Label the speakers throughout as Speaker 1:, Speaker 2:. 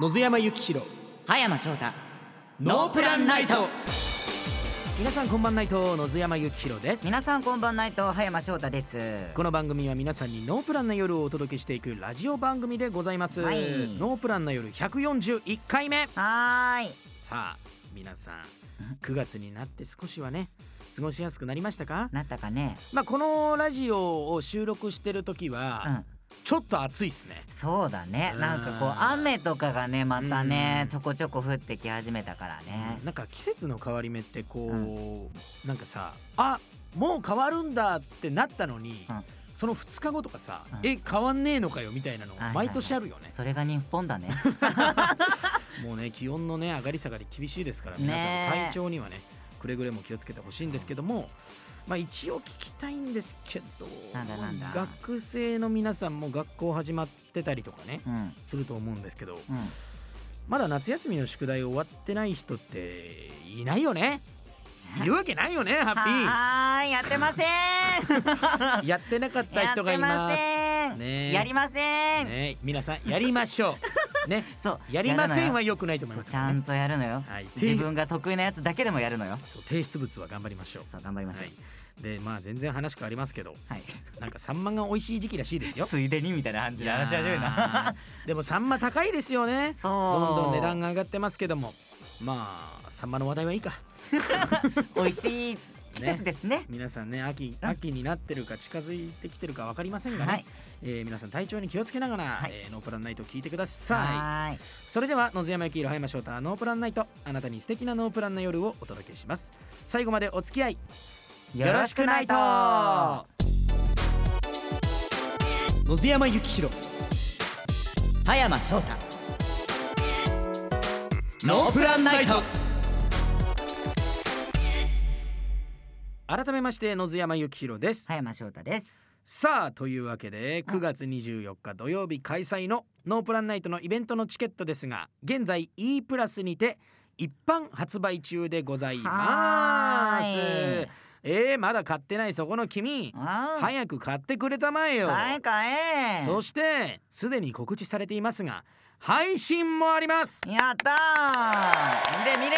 Speaker 1: 野津山幸弘
Speaker 2: 葉山翔太
Speaker 1: ノープランナイト皆さんこんばんないと野津山幸弘です
Speaker 2: 皆さんこんばんないと葉山翔太です
Speaker 1: この番組は皆さんにノープランな夜をお届けしていくラジオ番組でございます、
Speaker 2: はい
Speaker 1: ノープランな夜141回目
Speaker 2: はーい
Speaker 1: さあ皆さん9月になって少しはね過ごしやすくなりましたか
Speaker 2: なったかね
Speaker 1: まあこのラジオを収録してる時
Speaker 2: う
Speaker 1: は
Speaker 2: ん
Speaker 1: ちょっと暑いっすね
Speaker 2: そうだね
Speaker 1: うん
Speaker 2: なんかこう雨とかがねまたね
Speaker 1: うん
Speaker 2: ちょこちょこ降ってき始めたからね
Speaker 1: なんか季節の変わり目ってこう、なんかさあもう変わるんだってなったのに、
Speaker 2: うん
Speaker 1: その2日後とかさ、
Speaker 2: うん
Speaker 1: え変わんねえのかよみたいなの
Speaker 2: はいはい
Speaker 1: 毎年あるよね、
Speaker 2: それが日本 だね
Speaker 1: もうね気温のね上がり下がり厳しいですから
Speaker 2: ね
Speaker 1: 皆さ
Speaker 2: え
Speaker 1: ん体調にはねくれぐれも気をつけてほしいんですけども、まあ、一応聞きたいんですけど
Speaker 2: なんだなんだ
Speaker 1: 学生の皆さんも学校始まってたりとかね
Speaker 2: うん
Speaker 1: すると思うんですけど
Speaker 2: うん
Speaker 1: まだ夏休みの宿題終わってない人っていないよねいるわけないよねハッピー。
Speaker 2: はーいやってません
Speaker 1: やってなかった人がい
Speaker 2: やっ
Speaker 1: ま
Speaker 2: てません、
Speaker 1: ねえ
Speaker 2: やりませ
Speaker 1: す。
Speaker 2: ん、
Speaker 1: ね、皆さんやりましょう。 ね、
Speaker 2: そう
Speaker 1: やりません
Speaker 2: るの
Speaker 1: は
Speaker 2: よ
Speaker 1: 良くないと思います
Speaker 2: ち
Speaker 1: か
Speaker 2: ゃ
Speaker 1: らね、
Speaker 2: んとやるのよ
Speaker 1: はい、
Speaker 2: 自分が得意なやつだけでもやるのよ
Speaker 1: そう提出物は頑張りましょう。
Speaker 2: そう頑張りましょう
Speaker 1: はい。で、まあ全然話変わりますけど、
Speaker 2: はい、
Speaker 1: なんかサンマが美味しい時期らしいですよ。
Speaker 2: ついでにみたいな感じで話し始め
Speaker 1: い
Speaker 2: るな
Speaker 1: やー。でもサンマ高いですよね。
Speaker 2: そう
Speaker 1: どんどん値段が上がってますけども、まあサンマの話題はいいか。
Speaker 2: 美味しい季節ですね
Speaker 1: 皆さんね、秋
Speaker 2: うん
Speaker 1: 秋になってるか近づいてきてるかわかりませんがね。
Speaker 2: はい
Speaker 1: えー皆さん体調に気をつけながら、
Speaker 2: はい
Speaker 1: えーノープランナイトを聞いてください。
Speaker 2: はい
Speaker 1: それでは野津山幸宏葉山翔太ノープランナイトあなたに素敵なノープランな夜をお届けします最後までお付き合い
Speaker 2: よろしくないと葉
Speaker 1: 野津山幸宏
Speaker 2: 山翔太
Speaker 1: ノープランナイト改めまして野津山幸宏です
Speaker 2: 葉山翔太です
Speaker 1: さあというわけで9月24日土曜日開催のノープランナイトのイベントのチケットですが現在 E プラスにて一般発売中でございます
Speaker 2: はーい
Speaker 1: えー、まだ買ってないそこの君
Speaker 2: はい
Speaker 1: 早く買ってくれたまえよ
Speaker 2: かえかえ
Speaker 1: そしてすでに告知されていますが配信もあります
Speaker 2: やったー見れ見れ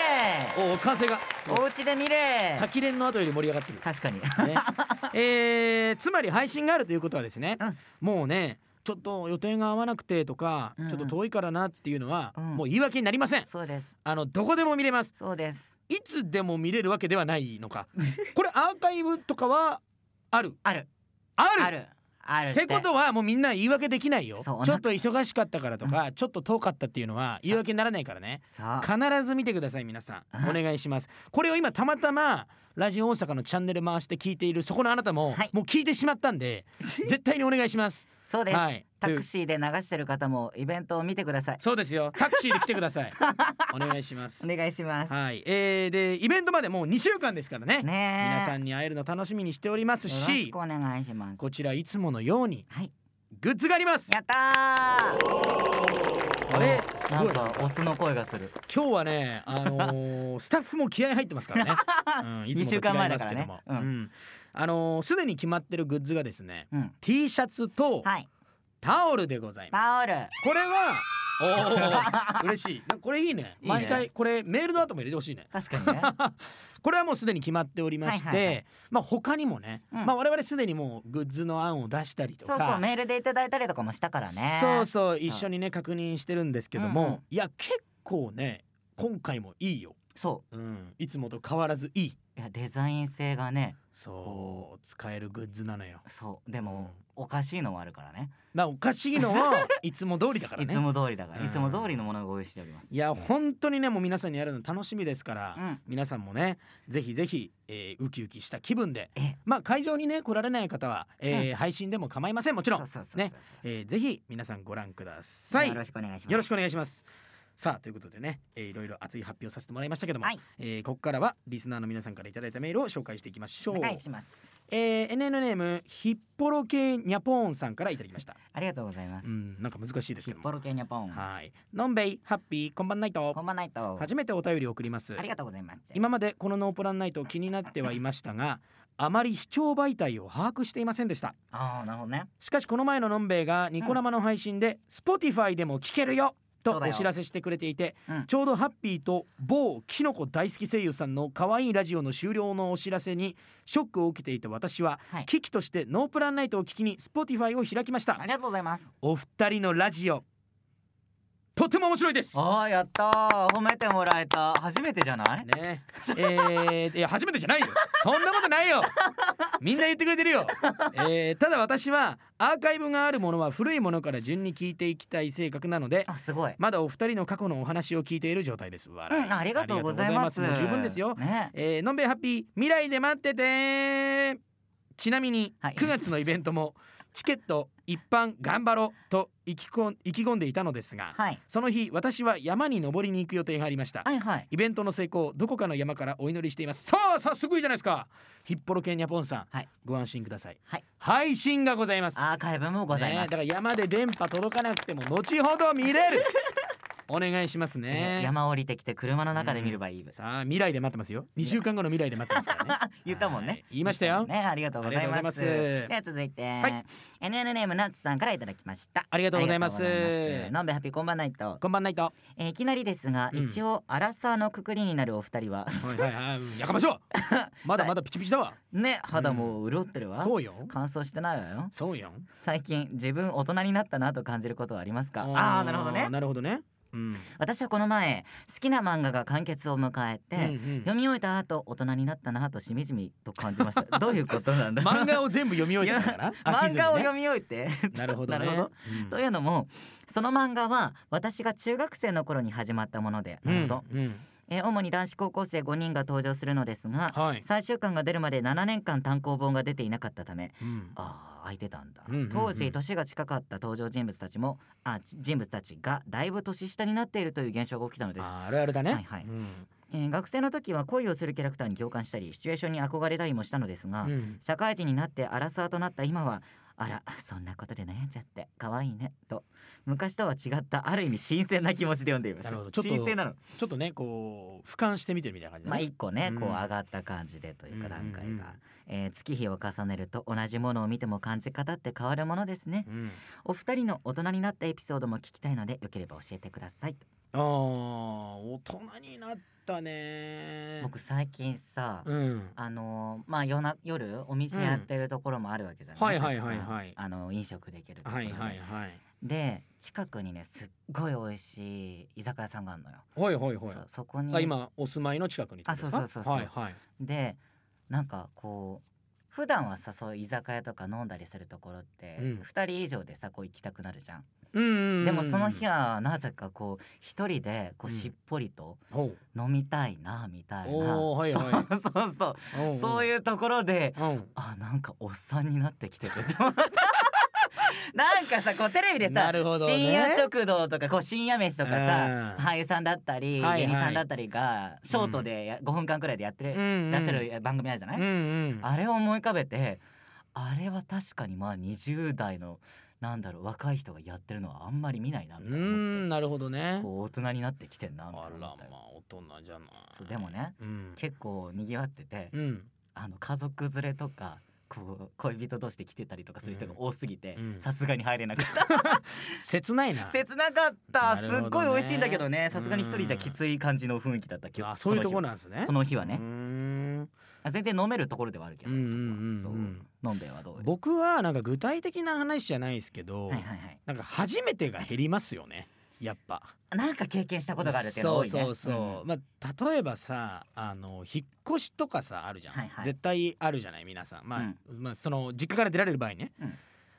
Speaker 1: おお風がすごい
Speaker 2: お家で見れ
Speaker 1: 滝連の後より盛り上がってる
Speaker 2: 確かに
Speaker 1: ねえーつまり配信があるということはですね、
Speaker 2: うん
Speaker 1: もうねちょっと予定が合わなくてとか、
Speaker 2: うんうん
Speaker 1: ちょっと遠いからなっていうのは、
Speaker 2: うん
Speaker 1: もう言い訳になりません
Speaker 2: そうです
Speaker 1: あのどこでも見れます
Speaker 2: そうです
Speaker 1: いつでも見れるわけではないの かこれアーカイブとかはある
Speaker 2: ある
Speaker 1: ある
Speaker 2: あるある
Speaker 1: ってことはもうみんな言い訳できないよち
Speaker 2: そう
Speaker 1: ょっと忙しかったからとか、ちょっと遠かったっていうのは言い訳にならないからね
Speaker 2: そう
Speaker 1: 必ず見てください皆さん
Speaker 2: は
Speaker 1: お
Speaker 2: い
Speaker 1: 願いしますこれを今たまたまラジオ大阪のチャンネル回して聞いているそこのあなたも、
Speaker 2: はい
Speaker 1: もう聞いてしまったん で絶対にお願いします
Speaker 2: そうです、
Speaker 1: はい
Speaker 2: タクシーで流してる方もイベントを見てください
Speaker 1: そうですよタクシーで来てくださ いお願いします
Speaker 2: お願いしますね
Speaker 1: はいえー、でイベントまでもう2週間ですからね
Speaker 2: え
Speaker 1: 皆さんに会えるの楽しみにしております
Speaker 2: よろし
Speaker 1: し
Speaker 2: くお願いします
Speaker 1: こちらいつものように
Speaker 2: はい
Speaker 1: グッズがあります
Speaker 2: やったー
Speaker 1: あれ
Speaker 2: お
Speaker 1: すごい
Speaker 2: なんかオスの声がする
Speaker 1: 今日はね、あ のースタッフも気合入ってますからね。うん、いつもと違いますけども
Speaker 2: 二週間前だ、 からねうん
Speaker 1: うんあのーすでに決まってるグッズがですね、
Speaker 2: うん
Speaker 1: T シャツと
Speaker 2: はい
Speaker 1: タオルでございます。
Speaker 2: タオル
Speaker 1: これは。 おお嬉しいなこれいいね
Speaker 2: いいね
Speaker 1: 毎回これメールの後も入れてほしいね
Speaker 2: 確かにね
Speaker 1: これはもうすでに決まっておりまして、
Speaker 2: はいはいは
Speaker 1: まあ他にもね、
Speaker 2: うん
Speaker 1: まあ我々すでにもうグッズの案を出したりと
Speaker 2: そ
Speaker 1: か
Speaker 2: うそうメールでいただいたりとかもしたからね
Speaker 1: そうそう一緒にね確認してるんですけども、
Speaker 2: うんうん
Speaker 1: いや結構ね今回もいいよ、
Speaker 2: そ
Speaker 1: うん、いつもと変わらずいいう
Speaker 2: いやデザイン性がね
Speaker 1: そう使えるグッズなのよ
Speaker 2: そうでも、おかしいのもあるからね
Speaker 1: まあおかしいのを いつも通りだから
Speaker 2: い
Speaker 1: ね
Speaker 2: つも通りだから、
Speaker 1: うん
Speaker 2: いつも通りのものをご用意しております
Speaker 1: いや本当にねもう皆さんにやるの楽しみですから、
Speaker 2: うん
Speaker 1: 皆さんもねぜひぜひ、えーウキウキした気分で
Speaker 2: え
Speaker 1: まあ会場にね来られない方は、えー配信でも構いませんもちろん
Speaker 2: そうそうそうそう
Speaker 1: ね、えーぜひ皆さんご覧ください
Speaker 2: よろしくお願いします
Speaker 1: よろしくお願いし
Speaker 2: ま
Speaker 1: ますさあということでね、えーいろいろ熱い発表させてもらいましたけども、
Speaker 2: はい
Speaker 1: えーここからはリスナーの皆さんからいただいたメールを紹介していきましょう
Speaker 2: お願いします
Speaker 1: えー、NN ネームヒッポロ系ニャポーンさんからいただきま した。
Speaker 2: ありがとうございます、
Speaker 1: うん、なんか難しいですけ
Speaker 2: ヒッ
Speaker 1: ど
Speaker 2: ポ
Speaker 1: も。
Speaker 2: ロケニャポン
Speaker 1: はい。のんべい、ハッピー、こんばんないと
Speaker 2: こ。んばんないと
Speaker 1: 初めてお便りを送ります
Speaker 2: あ。りがとうございます
Speaker 1: 今までこのノープランナイト気になってはいましたが、あまり視聴媒体を把握していませんでした。
Speaker 2: ああなるほどね
Speaker 1: しかしこの前ののんべいがニコ生の配信で、Spotify でも聞けるよ
Speaker 2: そ
Speaker 1: と
Speaker 2: うだ
Speaker 1: お
Speaker 2: よ
Speaker 1: 知らせしてくれていて、
Speaker 2: うん
Speaker 1: ちょうどハッピーと某キノコ大好き声優さんの可愛いラジオの終了のお知らせにショックを受けていた私は、
Speaker 2: はい
Speaker 1: 危機としてノープランナイトを聞きに Spotify を開きました
Speaker 2: ありがとうございます
Speaker 1: お二人のラジオとても面白いです
Speaker 2: ああやったー褒めてもらえた初めてじゃない、
Speaker 1: ねえー、いや初めてじゃないよそんなことないよみんな言ってくれてるよ、えー、ただ私はアーカイブがあるものは古いものから順に聞いていきたい性格なので
Speaker 2: あすごい
Speaker 1: まだお二人の過去のお話を聞いている状態です
Speaker 2: う
Speaker 1: 笑い
Speaker 2: んありがとうございます
Speaker 1: ありがとうございますもう十分ですよ、
Speaker 2: ね
Speaker 1: えー、のんべえハッピー未来で待っててちなみに
Speaker 2: はい
Speaker 1: 9月のイベントもチケット一般頑張ろうと意気こん意気込んでいたのですが
Speaker 2: はい
Speaker 1: その日私は山に登りに行く予定がありました
Speaker 2: はいはい
Speaker 1: イベントの成功どこかの山からお祈りしていますさあさあすごいじゃないですかヒッポロケンニャポンさん、
Speaker 2: はい
Speaker 1: ご安心ください、
Speaker 2: はい
Speaker 1: 配信がございます
Speaker 2: アーカイブもござい
Speaker 1: ね
Speaker 2: ま
Speaker 1: え
Speaker 2: す、
Speaker 1: だから山で電波届かなくても後ほど見れる お願いします
Speaker 2: え
Speaker 1: ね
Speaker 2: 山降りてきて車の中で見ればいいです、
Speaker 1: さあ未来で待ってますよ2週間後の未来で待ってますから ね
Speaker 2: 言ったもん
Speaker 1: は
Speaker 2: ね
Speaker 1: い言いましたよ
Speaker 2: ねありがとうございます
Speaker 1: ありがとうございます
Speaker 2: では続いて、
Speaker 1: い
Speaker 2: NN ネームナッツさんからいただきました
Speaker 1: ありがとうございます
Speaker 2: ありがとうございますのんべハッピーこんばんないと、
Speaker 1: こんばんないとは
Speaker 2: えー、いきなりですが、
Speaker 1: うん
Speaker 2: 一応アラサーのくくりになるお二人は
Speaker 1: いはいはいうんやかましょう まだまだピチピチだわ
Speaker 2: ね肌も潤ってるわ、
Speaker 1: そうよ
Speaker 2: 乾燥してないわよ
Speaker 1: そうよ
Speaker 2: 最近自分大人になったなと感じることはありますかあーなるほどね
Speaker 1: なるほどねうん
Speaker 2: 私はこの前好きな漫画が完結を迎えて、
Speaker 1: うんうん
Speaker 2: 読み終えた後大人になったなとしみじみと感じまし たどういうことなんだろう
Speaker 1: 漫画を全部読み終えたんだ から飽きず
Speaker 2: 漫
Speaker 1: にね
Speaker 2: 画を読み終えて
Speaker 1: なるほどね。
Speaker 2: なるほど
Speaker 1: うん
Speaker 2: というのもその漫画は私が中学生の頃に始まったもので、なるほど
Speaker 1: うんうん
Speaker 2: えー主に男子高校生5人が登場するのですが
Speaker 1: はい。
Speaker 2: 最終巻が出るまで7年間単行本が出ていなかったため
Speaker 1: うん
Speaker 2: ああ空いてたんだ、
Speaker 1: うんうんうん
Speaker 2: 当時年が近かった登場人物たちもあじ人物たちがだいぶ年下になっているという現象が起きたのです、
Speaker 1: ああるあるだね。
Speaker 2: はいはい
Speaker 1: うん
Speaker 2: えー学生の時は恋をするキャラクターに共感したりシチュエーションに憧れたりもしたのですが、
Speaker 1: うん
Speaker 2: 社会人になってアラサーとなった今はあらそんなことで悩んじゃって可愛いねと昔とは違ったある意味新鮮な気持ちで読んでいまし
Speaker 1: な
Speaker 2: た
Speaker 1: るほどちょっと
Speaker 2: 新鮮なの
Speaker 1: ちょっとねこう俯瞰してみてるみたいな感じだ
Speaker 2: まあ
Speaker 1: ね。
Speaker 2: 一個ね、
Speaker 1: うん
Speaker 2: こう上がった感じでというか段階
Speaker 1: う
Speaker 2: が、
Speaker 1: んうんうん
Speaker 2: えー月日を重ねると同じものを見ても感じ方って変わるものですね、
Speaker 1: うん
Speaker 2: お二人の大人になったエピソードも聞きたいのでよければ教えてくださいと
Speaker 1: ああ大人になったね。
Speaker 2: 僕最近さ、
Speaker 1: うん。
Speaker 2: あのーまあ夜な夜お店やってるところもあるわけじゃない、
Speaker 1: はいはい
Speaker 2: たくさん
Speaker 1: はいはい
Speaker 2: あの飲食できるところ
Speaker 1: は
Speaker 2: で,、
Speaker 1: いはいはい。
Speaker 2: で近くにねすっごい美味しい居酒屋さんがあるのよ、
Speaker 1: ほいほいほい
Speaker 2: そ。そこに
Speaker 1: あ今お住まいの近くにってことですか。
Speaker 2: あそうそうそうそう
Speaker 1: はいはい。
Speaker 2: でなんかこう普段はさそういう居酒屋とか飲んだりするところって、
Speaker 1: うん
Speaker 2: 二人以上でさこう行きたくなるじゃん、
Speaker 1: うんうんうん。
Speaker 2: でもその日はなぜかこう一人でこう
Speaker 1: うん
Speaker 2: しっぽりと
Speaker 1: ほう。
Speaker 2: 飲みたいなみたいな、
Speaker 1: おおはいはい。
Speaker 2: そうそうそう
Speaker 1: お。
Speaker 2: そういううところで
Speaker 1: うん。
Speaker 2: あなんかおっさんになってき ててなんかさこうテレビで
Speaker 1: な
Speaker 2: さ、
Speaker 1: るほどね
Speaker 2: 深夜食堂とかこう深夜飯とかさ
Speaker 1: うん
Speaker 2: 俳優さんだったり
Speaker 1: はいはい
Speaker 2: 芸人さんだったりがショートでや5分間くらいでやって
Speaker 1: う
Speaker 2: る
Speaker 1: んうん
Speaker 2: らっしゃる番組あるじゃな
Speaker 1: う
Speaker 2: い、
Speaker 1: んうん。
Speaker 2: あれを思い浮かべてあれは確かにまあ20代のなんだろう若い人がやってるのはあんまり見ないな
Speaker 1: う
Speaker 2: みたいな思
Speaker 1: ん
Speaker 2: って
Speaker 1: なるほどね。
Speaker 2: こう大人になってきてんな
Speaker 1: あ
Speaker 2: みたい
Speaker 1: ら
Speaker 2: な
Speaker 1: まあ
Speaker 2: 思ったよ
Speaker 1: 大人じゃない。
Speaker 2: そうでもね。
Speaker 1: うん。
Speaker 2: 結構にぎわってて、
Speaker 1: うん。
Speaker 2: あの家族連れとかこう恋人同士で来てたりとかする人が多すぎて
Speaker 1: うん
Speaker 2: さすがに入れなかった
Speaker 1: 切ない な
Speaker 2: 切なかった、
Speaker 1: なるほどね
Speaker 2: すっごい美味しいんだけどねさすがに一人じ
Speaker 1: う
Speaker 2: ゃ
Speaker 1: ん
Speaker 2: きつい感じの雰囲気だった今
Speaker 1: あ
Speaker 2: 日
Speaker 1: そういうところ
Speaker 2: な
Speaker 1: なんですね
Speaker 2: その日は
Speaker 1: うー
Speaker 2: ね
Speaker 1: ん
Speaker 2: あ全然飲めるところではあるけど
Speaker 1: うんうん
Speaker 2: そこ
Speaker 1: うんうん
Speaker 2: はそう飲んべえはどうよ
Speaker 1: 僕はなんか具体的な話じゃないですけど、
Speaker 2: はいはいはい
Speaker 1: なんか初めてが減りますよねやっぱ
Speaker 2: なんか経験したことがあるっていうの多いね
Speaker 1: そうそうそう、まあ例えばさあの引っ越しとかさあるじゃん、
Speaker 2: はいはい
Speaker 1: 絶対あるじゃない皆さんまあ、まあその実家から出られる場合ね、
Speaker 2: うん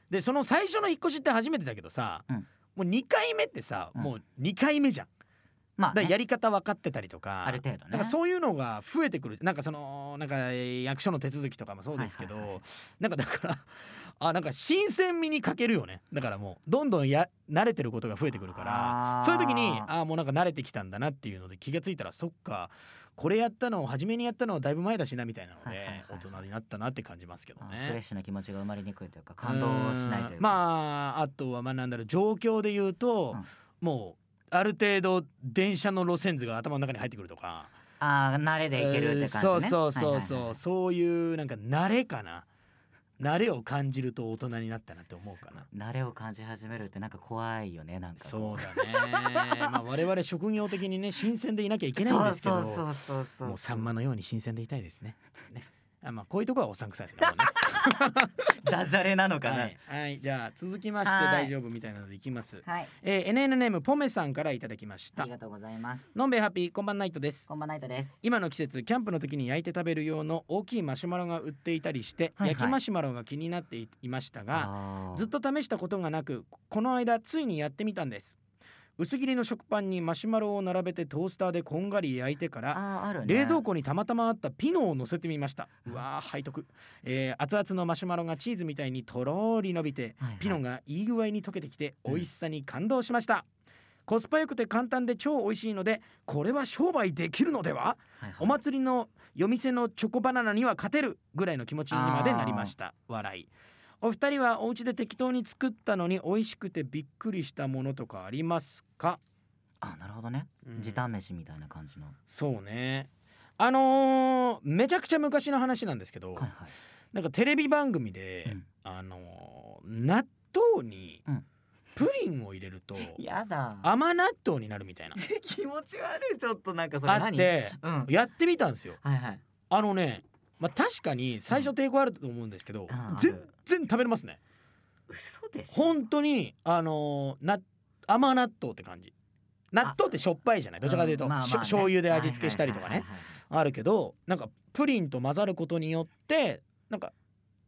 Speaker 1: でその最初の引っ越しって初めてだけどさ、
Speaker 2: うん
Speaker 1: もう2回目ってさ、
Speaker 2: うん
Speaker 1: もう2回目じゃん
Speaker 2: まあ
Speaker 1: だから
Speaker 2: ね
Speaker 1: やり方分かってたりとか
Speaker 2: ある程度ね
Speaker 1: なんかそういうのが増えてくるなんかそのなんか役所の手続きとかもそうですけど、
Speaker 2: はいはいはい
Speaker 1: なんかだからあなんか新鮮味に欠けるよねだからもうどんどんや慣れてることが増えてくるから
Speaker 2: あー
Speaker 1: そういう時にあーもうなんか慣れてきたんだなっていうので気がついたらそっかこれやったのを初めにやったのはだいぶ前だしなみたいなの
Speaker 2: はいはいはい
Speaker 1: で大人になったなって感じますけど
Speaker 2: あフレッ
Speaker 1: ね。
Speaker 2: シュな気持ちが生まれにくいというか感動しないといううんか
Speaker 1: まああとはまあなんだろう状況で言うと、もうある程度電車の路線図が頭の中に入ってくるとか。
Speaker 2: あー慣れでいけるって感じね
Speaker 1: そうそうそうそう、
Speaker 2: はいはいはい
Speaker 1: そういうなんか慣れかな慣れを感じると大人になったなって思うかな
Speaker 2: 慣れを感じ始めるってなんか怖いよねなんか
Speaker 1: そうだねまあ我々職業的にね新鮮でいなきゃいけないんですけど
Speaker 2: そうそうそうそう
Speaker 1: もうサンマのように新鮮でいたいです ねねあまあこういうとこはおさんくさいですねもうね
Speaker 2: ダジャレなのかな、
Speaker 1: はい、はい、じゃあ続きまして
Speaker 2: はい
Speaker 1: 大丈夫みたいなのでいきます、
Speaker 2: はい、
Speaker 1: えー、NN ネームポメさんからいただきまし
Speaker 2: あ
Speaker 1: た
Speaker 2: りがとうございます。
Speaker 1: のんべいハッピーこんばんナイトです
Speaker 2: こんばんないとです。
Speaker 1: 今の季節キャンプの時に焼いて食べる用の大きいマシュマロが売っていたりして、
Speaker 2: はいはい
Speaker 1: 焼きマシュマロが気になっていましたが
Speaker 2: あー
Speaker 1: ずっと試したことがなくこの間ついにやってみたんです薄切りの食パンにマシュマロを並べてトースターでこんがり焼いてから
Speaker 2: あーあるね。
Speaker 1: 冷蔵庫にたまたまあったピノを乗せてみましたうわー背徳、えー熱々のマシュマロがチーズみたいにとろーり伸びて
Speaker 2: はいはい
Speaker 1: ピノがいい具合に溶けてきて美味しさに感動しました、コスパ良くて簡単で超美味しいのでこれは商売できるのでは
Speaker 2: はいはい
Speaker 1: お祭りの夜店のチョコバナナには勝てるぐらいの気持ちにまでなりました笑いお二人はお家で適当に作ったのに美味しくてびっくりしたものとかありますか、
Speaker 2: あなるほどね。
Speaker 1: うん
Speaker 2: 時短飯みたいな感じの。
Speaker 1: そうねあのーめちゃくちゃ昔の話なんですけど、
Speaker 2: はいはい。
Speaker 1: なんかテレビ番組で、
Speaker 2: うん
Speaker 1: あのー納豆に
Speaker 2: うん
Speaker 1: プリンを入れる と、
Speaker 2: やだ。
Speaker 1: 甘納豆になるみたいな
Speaker 2: 気持ち悪いちょっとなんかそれ
Speaker 1: あっ
Speaker 2: 何？
Speaker 1: て
Speaker 2: うん。はい
Speaker 1: やってみたんですよ
Speaker 2: はい。
Speaker 1: あのねまあ確かに最初抵抗あると思うんですけど、
Speaker 2: うん
Speaker 1: 全然食べれますね
Speaker 2: 嘘でしょ。
Speaker 1: 本当にあのーな甘納豆って感じ納豆ってしょっぱいじゃないどちらかというと、
Speaker 2: んまあまあ
Speaker 1: しょ
Speaker 2: ね
Speaker 1: 醤油で味付けしたりとかね、
Speaker 2: はいはいはいはい
Speaker 1: あるけどなんかプリンと混ざることによってなんか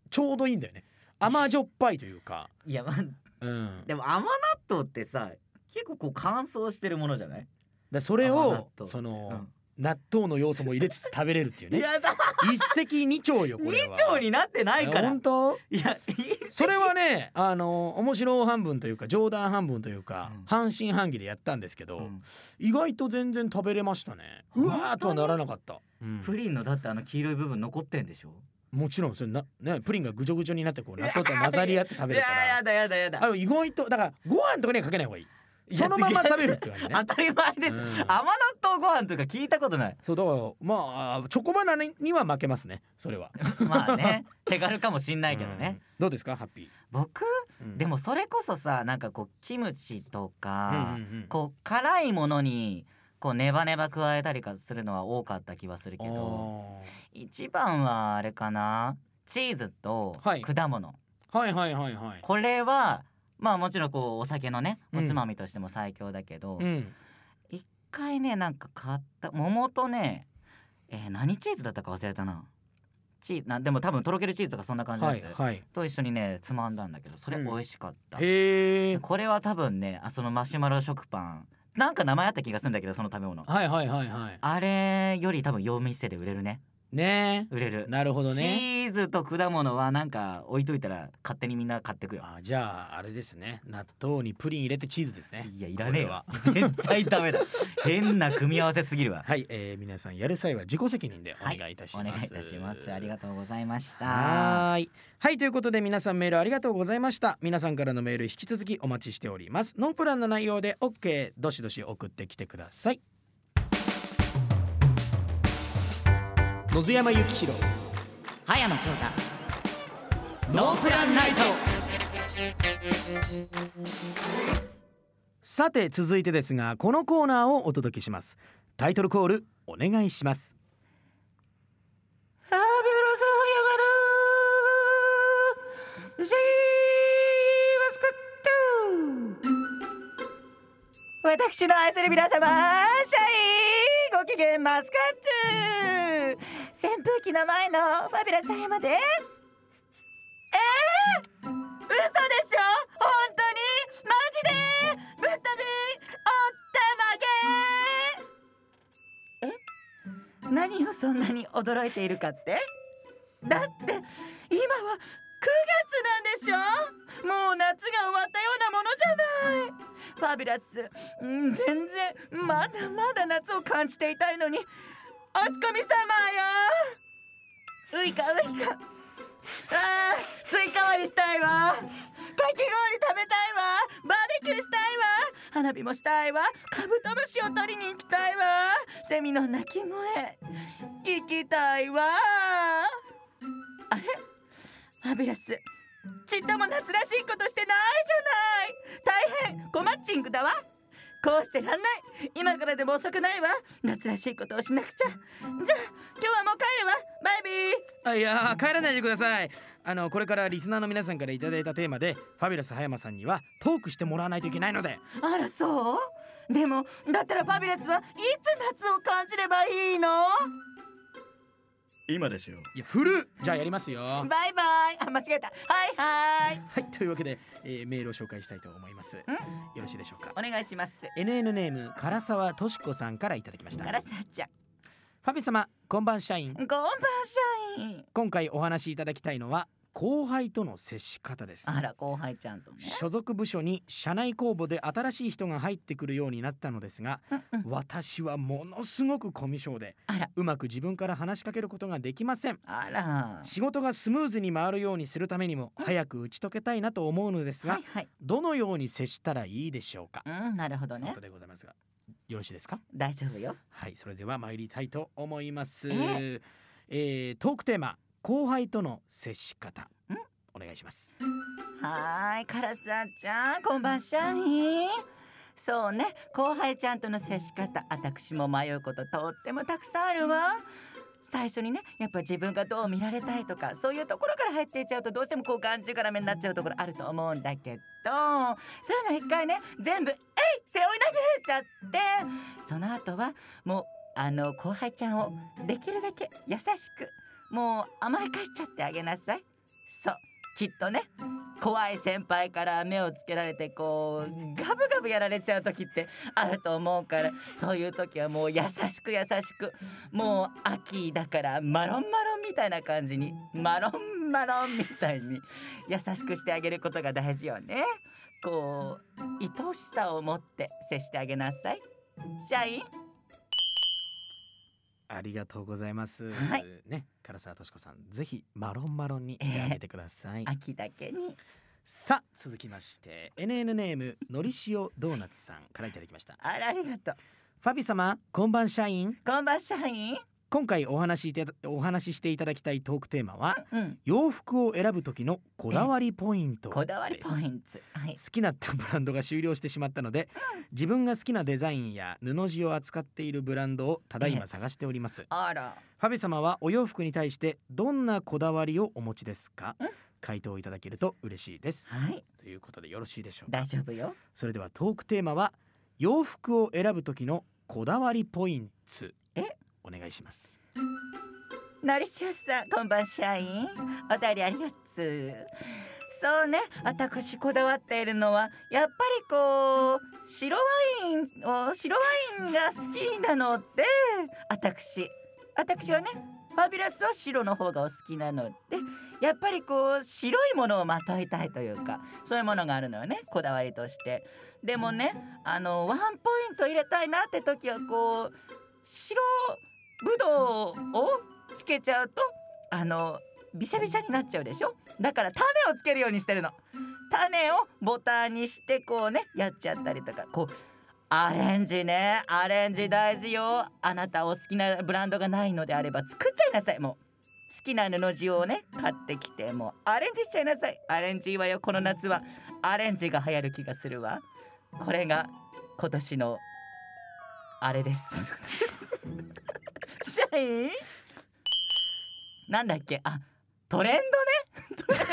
Speaker 1: ちょうどいいんだよね甘じょっぱいというか、
Speaker 2: いやまあ
Speaker 1: うん、
Speaker 2: でも甘納豆ってさ結構こう乾燥してるものじゃない？
Speaker 1: でそれ
Speaker 2: 甘納
Speaker 1: を
Speaker 2: 豆
Speaker 1: その、
Speaker 2: うん
Speaker 1: 納豆の要素も入れつつ食べれるっていうね
Speaker 2: やだ。
Speaker 1: 一石二鳥よこ
Speaker 2: 二
Speaker 1: れは
Speaker 2: 丁になってないか
Speaker 1: え
Speaker 2: ら。
Speaker 1: 本当
Speaker 2: いやいいっす
Speaker 1: それはねあの面白半分というか冗談半分というか、
Speaker 2: うん
Speaker 1: 半信半疑でやったんですけど、
Speaker 2: うん
Speaker 1: 意外と全然食べれましたねうわーとはならなかった、うん
Speaker 2: プリンのだってあの黄色い部分残ってんでしょ。
Speaker 1: もちろんそれな、ね、プリンがぐじょぐじょになってこう納豆と混ざり合って食べるから
Speaker 2: いややだやだやだ。
Speaker 1: あの意外とだからご飯とかにはかけない方がいい
Speaker 2: いや
Speaker 1: そのまま食べるって感じね
Speaker 2: 当たり前でしょ、
Speaker 1: うん
Speaker 2: 甘納豆ご飯とか聞いたことない
Speaker 1: そうだからまあチョコバナナには負けますねそれは
Speaker 2: まあね手軽かもしんないけど
Speaker 1: うん
Speaker 2: ね、
Speaker 1: どうですかハッピ
Speaker 2: 僕
Speaker 1: ー、うん
Speaker 2: でもそれこそさなんかこうキムチと
Speaker 1: うんうん
Speaker 2: か、
Speaker 1: うん
Speaker 2: こう辛いものにこうネバネバ加えたりかするのは多かった気はするけど一番はあれかなチーズと
Speaker 1: はい
Speaker 2: 果物、
Speaker 1: あーはいはいはいはい
Speaker 2: これはまあもちろんこうお酒のね
Speaker 1: うん
Speaker 2: おつまみとしても最強だけど、
Speaker 1: うん
Speaker 2: 一回ねなんか買った桃とねえー何チーズだったか忘れたなチーなでも多分とろけるチーズとかそんな感じの
Speaker 1: は
Speaker 2: や
Speaker 1: い
Speaker 2: つ、
Speaker 1: はい
Speaker 2: と一緒にねつまんだんだけどそれ
Speaker 1: うん
Speaker 2: 美味しかった、
Speaker 1: へえ
Speaker 2: これは多分ねあそのマシュマロ食パンなんか名前あった気がするんだけどその食べ物
Speaker 1: はいはいはいはい
Speaker 2: あれより多分洋店で売れるね
Speaker 1: ね
Speaker 2: 売れ
Speaker 1: え
Speaker 2: る
Speaker 1: なるほど
Speaker 2: チ
Speaker 1: ね
Speaker 2: ーズと果物はなんか置いといたら勝手にみんな買ってくよ
Speaker 1: あじゃああれですね納豆にプリン入れてチーズですね
Speaker 2: いやいらねえわ 絶対ダメだ変な組み合わせすぎるわ
Speaker 1: はい、えー、皆さんやる際は自己責任でお願いいたし
Speaker 2: お
Speaker 1: ます、
Speaker 2: 願いいたしますありがとうございました
Speaker 1: はーい。はいということで皆さんメールありがとうございました。皆さんからのメール引き続きお待ちしております。ノープランの内容で OK どしどし送ってきてください。野津山幸弘
Speaker 2: 葉山翔太ノープランナイト
Speaker 1: さて続いてですがこのコーナーをお届けします。タイトルコールお願いします。
Speaker 2: 私の愛する皆様シャイご機嫌マスカッツ扇風機の前のファビュラス葉山ですえー、嘘でしょ本当にマジでぶっ飛びおったまげ何をそんなに驚いているかってだって今は9月なんでしょもう夏が終わったようなものじゃないファビュラスうん全然まだまだ夏を感じていたいのにおちこみ様よういかういかあースイカ割りしたいわかき氷食べたいわバーベキューしたいわ花火もしたいわカブトムシを取りに行きたいわセミの鳴き声聞きたいわあれァビュラスちっとも夏らしいことしてないじゃない大変コマッチングだわこうしてらんない今からでも遅くないわ夏らしいことをしなくちゃじゃあ今日はもう帰るわバイビー
Speaker 1: あいやー帰らないでくださいあのこれからリスナーの皆さんからいただいたテーマでファビュラス葉山さんにはトークしてもらわないといけないので
Speaker 2: あらそうでもだったらファビュラスはいつ夏を感じればいいの
Speaker 3: 今ですよ
Speaker 1: いやフルじゃあやりますよは
Speaker 2: バイバイあ間違えたはいはい
Speaker 1: いというわけで、えーメールを紹介したいと思いますよろしいでしょうか
Speaker 2: お願いします
Speaker 1: NN ネーム唐沢敏子さんからいただきました
Speaker 2: ガラサちゃん
Speaker 1: ファビ様こんばん社員
Speaker 2: こんばんは社員
Speaker 1: 今回お話しいただきたいのは後輩との接し方です
Speaker 2: あら後輩ちゃんとね
Speaker 1: 所属部署に社内公募で新しい人が入ってくるようになったのですが
Speaker 2: うんうん
Speaker 1: 私はものすごくコミュ障で
Speaker 2: あら
Speaker 1: うまく自分から話しかけることができません
Speaker 2: あらは
Speaker 1: 仕事がスムーズに回るようにするためにも早く打ち解けたいなと思うのですが
Speaker 2: いはい
Speaker 1: どのように接したらいいでしょうか
Speaker 2: うんなるほど
Speaker 1: というこ
Speaker 2: ね
Speaker 1: とでございますがよろしいですか
Speaker 2: 大丈夫よ
Speaker 1: はいそれでは参りたいと思います、え
Speaker 2: え
Speaker 1: ートークテーマ後輩との接し方
Speaker 2: ん
Speaker 1: お願いします
Speaker 2: はーいカラサちゃんこんばん社員そうね後輩ちゃんとの接し方私も迷うこととってもたくさんあるわ最初にねやっぱ自分がどう見られたいとかそういうところから入っていっちゃうとどうしてもこうがんじがらめになっちゃうところあると思うんだけどそういうの一回ね全部「えい!」背負い投げちゃってその後はもうあの後輩ちゃんをできるだけ優しくもう甘やかしちゃってあげなさいそうきっとね怖い先輩から目をつけられてこうガブガブやられちゃう時ってあると思うからそういう時はもう優しく優しくもう秋だからマロンマロンみたいな感じにマロンマロンみたいに優しくしてあげることが大事よねこう愛おしさを持って接してあげなさい社員
Speaker 1: ありがとうございます、
Speaker 2: はい
Speaker 1: ね唐沢敏子さんぜひマロンマロンにしてあげてください、
Speaker 2: 秋だけに
Speaker 1: さあ続きまして NN ネームのりしおドーナツさんからいただきました
Speaker 2: あらありがとう
Speaker 1: ファビ様こんばん社員
Speaker 2: こんばん社員
Speaker 1: 今回お話しいただお話ししていただきたいトークテーマは
Speaker 2: うん
Speaker 1: 洋服を選ぶ時のこだわりポイント
Speaker 2: こだわりポ
Speaker 1: です
Speaker 2: イントはい
Speaker 1: 好きなブランドが終了してしまったので自分が好きなデザインや布地を扱っているブランドをただいま探しております
Speaker 2: あら
Speaker 1: ファビ様はお洋服に対してどんなこだわりをお持ちですか
Speaker 2: うん
Speaker 1: 回答いただけると嬉しいです
Speaker 2: はい
Speaker 1: ということでよろしいでしょうか
Speaker 2: 大丈夫よ
Speaker 1: それではトークテーマは洋服を選ぶ時のこだわりポイント
Speaker 2: え
Speaker 1: お願いし ます
Speaker 2: のりしおさんこんばん社員お便りありがつうそうね私こだわっているのはやっぱりこう白ワインを白ワインが好きなので私私はねファビュラスは白の方がお好きなのでやっぱりこう白いものをまといたいというかそういうものがあるのよねこだわりとしてでもねあのワンポイント入れたいなって時はこう白ぶどうをつけちゃうとあのびしゃびしゃになっちゃうでしょだから種をつけるようにしてるの種をボタンにしてこうねやっちゃったりとかこうアレンジねアレンジ大事よあなたお好きなブランドがないのであれば作っちゃいなさいもう好きな布地をね買ってきてもうアレンジしちゃいなさいアレンジいいわよこの夏はアレンジが流行る気がするわこれが今年のあれです 社員なんだっけあトレンドね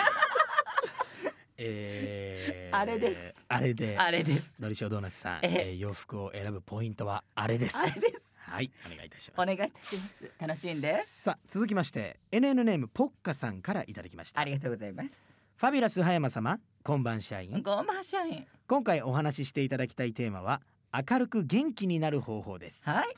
Speaker 1: え
Speaker 2: あれです
Speaker 1: あれで
Speaker 2: あれです
Speaker 1: のりしおドーナツさん、
Speaker 2: え
Speaker 1: えー洋服を選ぶポイントはあれです
Speaker 2: あれです
Speaker 1: はいお願いいたします
Speaker 2: お願いいたします楽しんで
Speaker 1: さあ続きまして NN ネームポッカさんからいただきました
Speaker 2: ありがとうございます
Speaker 1: ファビュラス葉山様こんばん社員
Speaker 2: ごま社員
Speaker 1: 今回お話ししていただきたいテーマは明るく元気になる方法です
Speaker 2: はい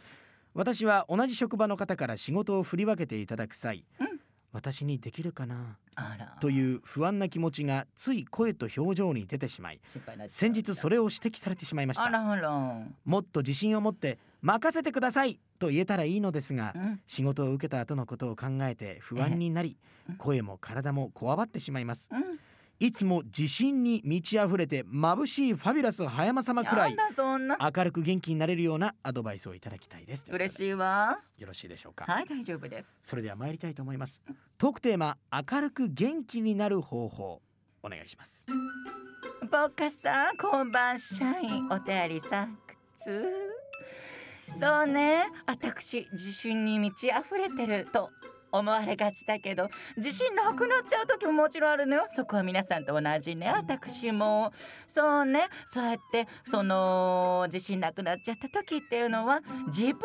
Speaker 1: 私は同じ職場の方から仕事を振り分けていただく際、
Speaker 2: うん
Speaker 1: 私にできるかな
Speaker 2: あら
Speaker 1: という不安な気持ちがつい声と表情に出てしまい
Speaker 2: 心配になっちゃう
Speaker 1: 先日それを指摘されてしまいまし
Speaker 2: あ
Speaker 1: た
Speaker 2: らあら
Speaker 1: もっと自信を持って任せてくださいと言えたらいいのですが
Speaker 2: うん
Speaker 1: 仕事を受けた後のことを考えて不安になり
Speaker 2: えうん
Speaker 1: 声も体もこわばってしまいます
Speaker 2: うん
Speaker 1: いつも自信に満ち溢れて眩しいファビュラス葉山様くら
Speaker 2: ないんだそんな
Speaker 1: 明るく元気になれるようなアドバイスをいただきたいです
Speaker 2: 嬉
Speaker 1: い
Speaker 2: しいわ
Speaker 1: よろしいでしょうか、
Speaker 2: はい大丈夫です
Speaker 1: それでは参りたいと思いますトークテーマ明るく元気になる方法お願いします
Speaker 2: ぼかさんこんばんしゃいお便りさんくつそうね私自信に満ち溢れてると思われがちだけど自信なくなっちゃう時ももちろんあるのよそこは皆さんと同じね私もそうねそうやってその自信なくなっちゃった時っていうのは自分をね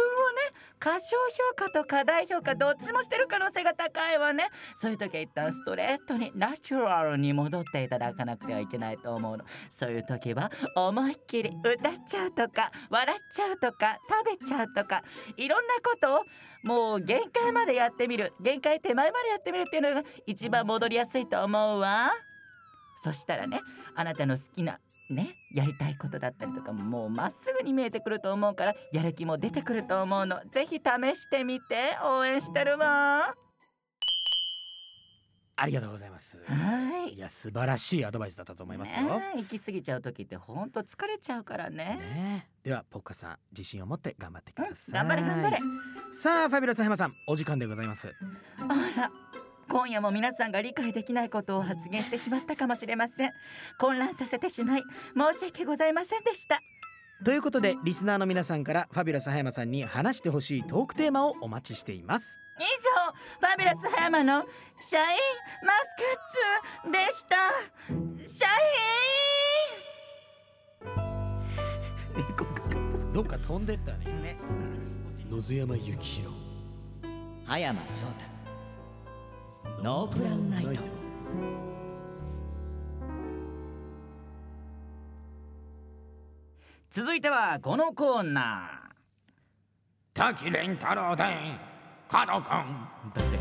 Speaker 2: 過小評価と過大評価どっちもしてる可能性が高いわねそういう時は一旦ストレートにナチュラルに戻っていただかなくてはいけないと思うのそういう時は思いっきり歌っちゃうとか笑っちゃうとか食べちゃうとかいろんなことをもう限界までやってみる限界手前までやってみるっていうのが一番戻りやすいと思うわそしたらねあなたの好きなねやりたいことだったりとかももうまっすぐに見えてくると思うからやる気も出てくると思うのぜひ試してみて応援してるわ
Speaker 1: ありがとうございます
Speaker 2: はい
Speaker 1: いや素晴らしいアドバイスだったと思いますよ、
Speaker 2: ねえ行き過ぎちゃう時ってほんと疲れちゃうからね。
Speaker 1: ねえではポッカさん自信を持って頑張ってく
Speaker 2: う
Speaker 1: だ
Speaker 2: ん
Speaker 1: さい、、
Speaker 2: 頑張れ頑張れ。
Speaker 1: さあファビュラス葉山さんお時間でございます
Speaker 2: あら。今夜も皆さんが理解できないことを発言してしまったかもしれません混乱させてしまい申し訳ございませんでした
Speaker 1: ということでリスナーの皆さんからファビュラス葉山さんに話してほしいトークテーマをお待ちしています
Speaker 2: 以上ファビュラス葉山のシャインマスカッツでし たシャイン猫が
Speaker 1: どっか飛んでったね
Speaker 2: ね
Speaker 3: 野津山幸宏
Speaker 2: 葉山翔太ノープランナイト続いてはこのコーナ
Speaker 1: 滝蓮太郎でカノコン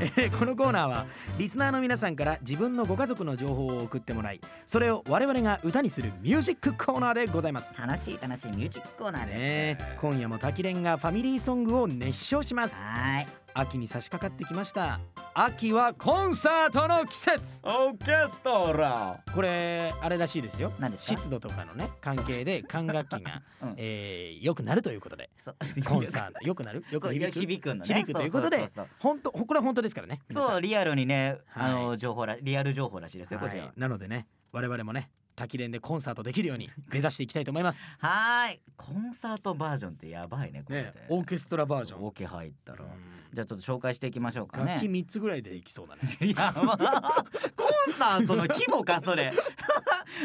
Speaker 1: えーこのコーナーはリスナーの皆さんから自分のご家族の情報を送ってもらいそれを我々が歌にするミュージックコーナーでございます
Speaker 2: ー楽しい楽しいミュージックコーナーです、
Speaker 1: ねえ今夜も滝蓮がファミリーソングを熱唱します
Speaker 2: はーい
Speaker 1: 秋に差し掛かってきました秋はコンサートの季節
Speaker 2: オーケストラ
Speaker 1: これあれらしいですよ
Speaker 2: 何ですか
Speaker 1: 湿度とかのね関係で管楽器が、
Speaker 2: うん
Speaker 1: えー良くなるということで
Speaker 2: そう
Speaker 1: コンサート良くなるよ
Speaker 2: そ
Speaker 1: く
Speaker 2: う
Speaker 1: 響く
Speaker 2: 響くのね
Speaker 1: 響くということ
Speaker 2: そ
Speaker 1: で
Speaker 2: そそう
Speaker 1: 本当これは本当ですからね皆
Speaker 2: そう
Speaker 1: さん
Speaker 2: そうリアルにね、
Speaker 1: はい
Speaker 2: あの情報らリアル情報らしいですよ、
Speaker 1: は
Speaker 2: こちら
Speaker 1: いなのでね我々もね滝連でコンサートできるように目指していきたいと思い ます
Speaker 2: はーいコンサートバージョンってやばいねこれ
Speaker 1: ねオーケストラバージョン
Speaker 2: オーケー入ったら、
Speaker 1: うん
Speaker 2: じゃあちょっと紹介していきましょうか
Speaker 1: 楽器
Speaker 2: ね
Speaker 1: 三つぐらいでいき そうだね
Speaker 2: やばコンサートの規模かそれ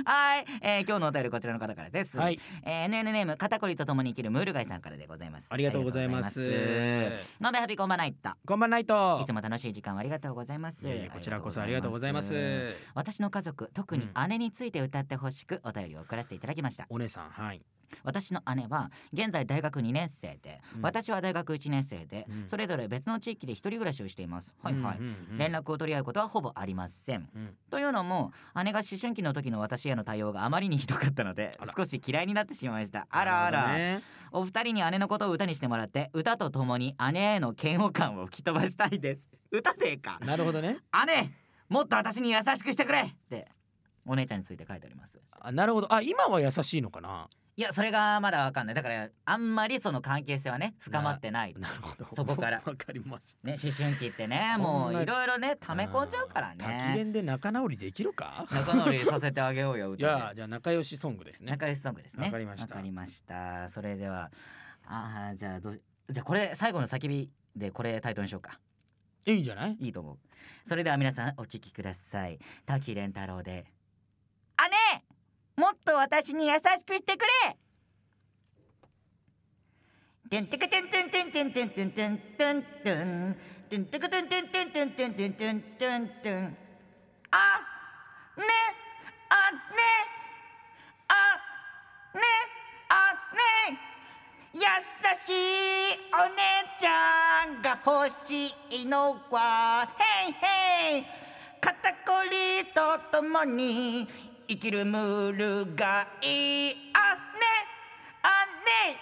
Speaker 2: はい、えー今日のお便りこちらの方からです、
Speaker 1: はい
Speaker 2: えー、NN ネーム肩こりとともに生きるムールガイさんからでございます
Speaker 1: ありがとうございます
Speaker 2: ありがとうございますのべはびこんばないった
Speaker 1: こんばんないと
Speaker 2: いつも楽しい時間をありがとうございます
Speaker 1: いえいえこちらこそありがとうございます
Speaker 2: 私の家族特に姉について歌ってほしくお便りを送らせていただきました
Speaker 1: お姉さんはい
Speaker 2: 私の姉は現在大学2年生で、
Speaker 1: うん
Speaker 2: 私は大学1年生で、
Speaker 1: うん
Speaker 2: それぞれ別の地域で一人暮らしをしています、はいはい、
Speaker 1: うんうんうん
Speaker 2: 連絡を取り合うことはほぼありません
Speaker 1: うん
Speaker 2: というのも姉が思春期の時の私への対応があまりにひどかったので
Speaker 1: あら
Speaker 2: 少し嫌いになってしまいましたあらあ
Speaker 1: なるほ
Speaker 2: ら、
Speaker 1: どね
Speaker 2: お二人に姉のことを歌にしてもらって歌とともに姉への嫌悪感を吹き飛ばしたいです歌でか
Speaker 1: なるほどね
Speaker 2: 姉もっと私に優しくしてくれってお姉ちゃんについて書いてあります
Speaker 1: あなるほどあ今は優しいのかない
Speaker 2: やそれがまだわかんないだからあんまりその関係性はね深まってない
Speaker 1: なるほど
Speaker 2: そこから
Speaker 1: わかりました
Speaker 2: ね思春期ってねも
Speaker 1: こん
Speaker 2: う
Speaker 1: ない
Speaker 2: ろいろね溜め込んじゃうから
Speaker 1: あー滝
Speaker 2: ね
Speaker 1: 連で仲直りできるか
Speaker 2: 仲直りさせてあげようよ
Speaker 1: い
Speaker 2: 歌で
Speaker 1: やじゃあ仲良しソングですね
Speaker 2: 仲良しソングですね
Speaker 1: わかりました
Speaker 2: わかりましたそれではあーじゃあどうじゃあこれ最後の叫びでこれタイトルにしようか
Speaker 1: いいんじゃない
Speaker 2: いいと思うそれでは皆さんお聞きください滝蓮太郎で姉もっと私に優しくしてくれトゥントゥクトゥントゥントゥントゥントゥントゥントゥントゥントゥントゥントゥクトゥントゥントゥントゥントゥントゥントゥントゥントゥンあねあねあねあね優しいお姉ちゃんが欲しいのはヘイヘイ肩こりとともに生きるムールがいいあねあね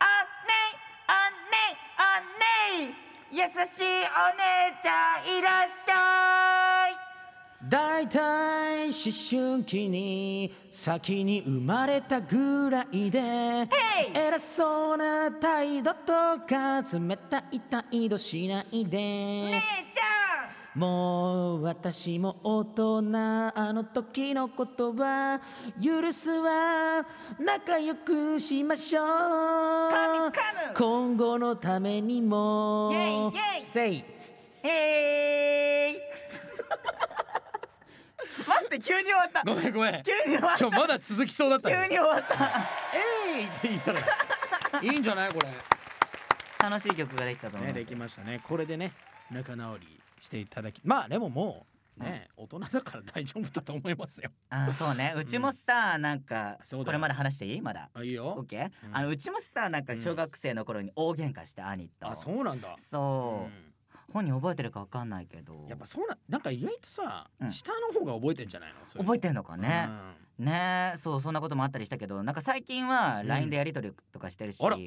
Speaker 2: あねあねあねあね優しいお姉ちゃんいらっしゃい
Speaker 1: 大体思春期に先に生まれたぐらいで偉そうな態度とか冷たい態度しないで、
Speaker 2: 姉ちゃん
Speaker 1: もう私も大人あの時のことは許すわ仲良くしましょう
Speaker 2: む噛む
Speaker 1: 今後のためにも
Speaker 2: イェイイェイ
Speaker 1: せい
Speaker 2: へい 待って急に終わった
Speaker 1: ごめんごめん
Speaker 2: 急に終わっ
Speaker 1: ちょ
Speaker 2: た
Speaker 1: まだ続きそうだった
Speaker 2: 急
Speaker 1: よ
Speaker 2: に終わった
Speaker 1: えいって言ったらいいんじゃないこ
Speaker 2: 楽しい曲ができたと
Speaker 1: れ
Speaker 2: 思い
Speaker 1: ね
Speaker 2: ま
Speaker 1: ですきましたねこれでね仲直りしていただきまあでももうね、大人だから大丈夫だと思いますよ
Speaker 2: あーそうねうちもさなんか
Speaker 1: そうだよ
Speaker 2: これまで話していいまだ
Speaker 1: あいい
Speaker 2: オッ
Speaker 1: よ
Speaker 2: ケー
Speaker 1: うん
Speaker 2: あのうちもさなんか小学生の頃に大喧嘩して兄と
Speaker 1: あそうなんだ
Speaker 2: そう
Speaker 1: うん
Speaker 2: 本人覚えてるかわかんないけど
Speaker 1: やっぱそうなんなんか意外とさ、
Speaker 2: うん
Speaker 1: 下の方が覚えてんじゃないの
Speaker 2: 覚え
Speaker 1: て
Speaker 2: てんのかねねそうそんなこともあったりしたけどなんか最近は
Speaker 1: うん
Speaker 2: LINE でやり取りとかしてるし、
Speaker 1: あら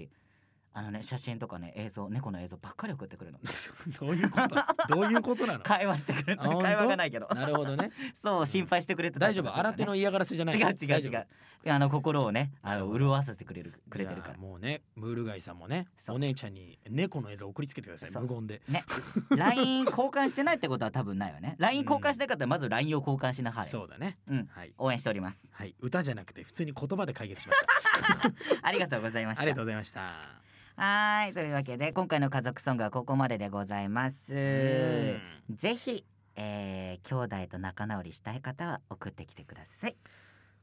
Speaker 2: あのね写真とかね映像猫の映像ばっかり送ってくるの
Speaker 1: どういうことどういうことなの
Speaker 2: 会話してくれる
Speaker 1: あ本当
Speaker 2: 会話がないけど
Speaker 1: なるほどね
Speaker 2: そう心配してくれてた
Speaker 1: 大
Speaker 2: り
Speaker 1: 丈
Speaker 2: と
Speaker 1: 夫
Speaker 2: か
Speaker 1: 新
Speaker 2: す
Speaker 1: 手
Speaker 2: る
Speaker 1: の嫌がらせじゃない
Speaker 2: からね違う違う違うあの心をねあ
Speaker 1: なる
Speaker 2: の
Speaker 1: ほど
Speaker 2: 潤わせてくれるくれてる
Speaker 1: じ
Speaker 2: か
Speaker 1: ゃあもうねムール貝さんもね
Speaker 2: そう
Speaker 1: お姉ちゃんに猫の映像送りつけてください
Speaker 2: そう
Speaker 1: 無言で
Speaker 2: らね LINE 交換してないってことは多分ないよね LINE 交換してなかったらまず LINE を交換しなはれ、
Speaker 1: そうだね
Speaker 2: うん
Speaker 1: はい
Speaker 2: 応援しております
Speaker 1: はい歌じゃなくて普通に言葉で解決しました
Speaker 2: ありがとうございま し
Speaker 1: ありがとう
Speaker 2: た
Speaker 1: ございました
Speaker 2: はーいというわけで今回の家族ソングはここまででございます
Speaker 1: う
Speaker 2: ぜひ、えー、兄弟と仲直りしたい方は送ってきてください。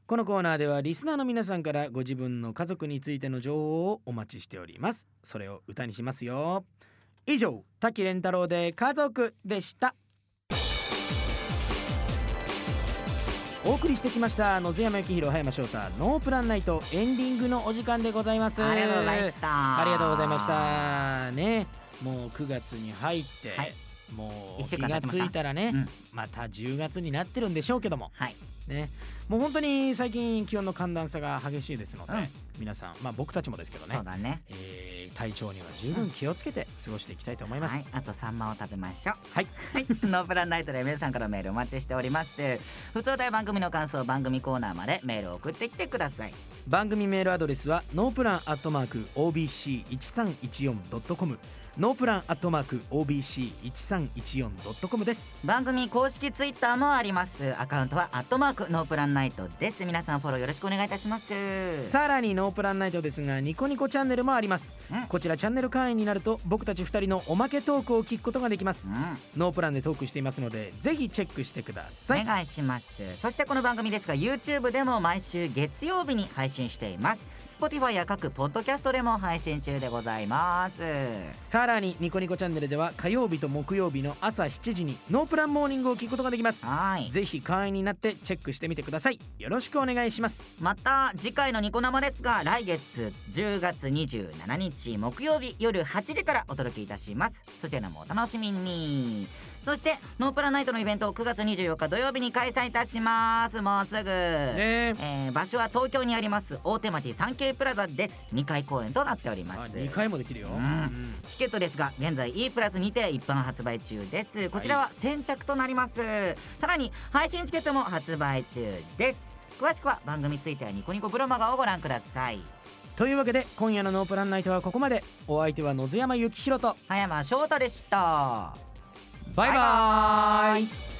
Speaker 1: このコーナーではリスナーの皆さんからご自分の家族についての情報をお待ちしておりますそれを歌にしますよ以上滝蓮太郎で家族でしたお送りしてきました野津山幸宏葉山翔太ノープランナイトエンディングのお時間でございます
Speaker 2: ありがとうございました。
Speaker 1: ありがとうございましたねもう9月に入って、
Speaker 2: はい
Speaker 1: もう
Speaker 2: 一週
Speaker 1: 気
Speaker 2: 間
Speaker 1: が
Speaker 2: 経ちま
Speaker 1: つ
Speaker 2: した
Speaker 1: いたらね
Speaker 2: うん
Speaker 1: また10月になってるんでしょうけども
Speaker 2: はい。
Speaker 1: ね、もう本当に最近気温の寒暖差が激しいですので、
Speaker 2: うん
Speaker 1: 皆さん、まあ、僕たちもですけどね
Speaker 2: そう、だね。
Speaker 1: えー体調には十分気をつけて過ごしていきたいと思います。
Speaker 2: はい、あとサンマを食べましょう。
Speaker 1: はい、
Speaker 2: はい、 ノープランナイトで皆さんからメールお待ちしております。普通で番組の感想、番組コーナーまでメールを送ってきてください。
Speaker 1: 番組メールアドレスはノープランアットマーク OBC1314.com ノープランアットマーク OBC1314.com です。
Speaker 2: 番組公式ツイッターもあります。アカウントはアットマークノープランナイトです。皆さんフォローよろしくお願いいたします。
Speaker 1: さらにノープランナイトですがニコニコチャンネルもあります、
Speaker 2: うん
Speaker 1: こちらチャンネル会員になると僕たち2人のおまけトークを聞くことができます、
Speaker 2: うん。
Speaker 1: ノープランでトークしていますのでぜひチェックしてください
Speaker 2: お願いしますそしてこの番組ですが YouTube でも毎週月曜日に配信しています Spotify や各ポッドキャストでも配信中でございます
Speaker 1: さらにニコニコチャンネルでは火曜日と木曜日の朝7時にノープランモーニングを聞くことができます
Speaker 2: はい
Speaker 1: ぜひ会員になってチェックしてみてくださいよろしくお願いします
Speaker 2: また次回のニコ生ですが来月10月27日木曜日夜8時からお届けいたしますそちらもお楽しみにそしてノープランナイトのイベントを9月24日土曜日に開催いたしますもうすぐ
Speaker 1: ね
Speaker 2: えー場所は東京にあります大手町サンケイプラザです2回公演となっております
Speaker 1: 2回もできるよ、
Speaker 2: うん
Speaker 1: うん
Speaker 2: チケットですが現在 E プラスにて一般発売中ですこちらは先着となります、さらに配信チケットも発売中です詳しくは番組ツイッターニコニコブロマガをご覧ください
Speaker 1: というわけで今夜のノープランナイトはここまでお相手は野津山幸宏と
Speaker 2: 葉山翔太でした
Speaker 1: バイバ
Speaker 2: バイバーイ
Speaker 1: イ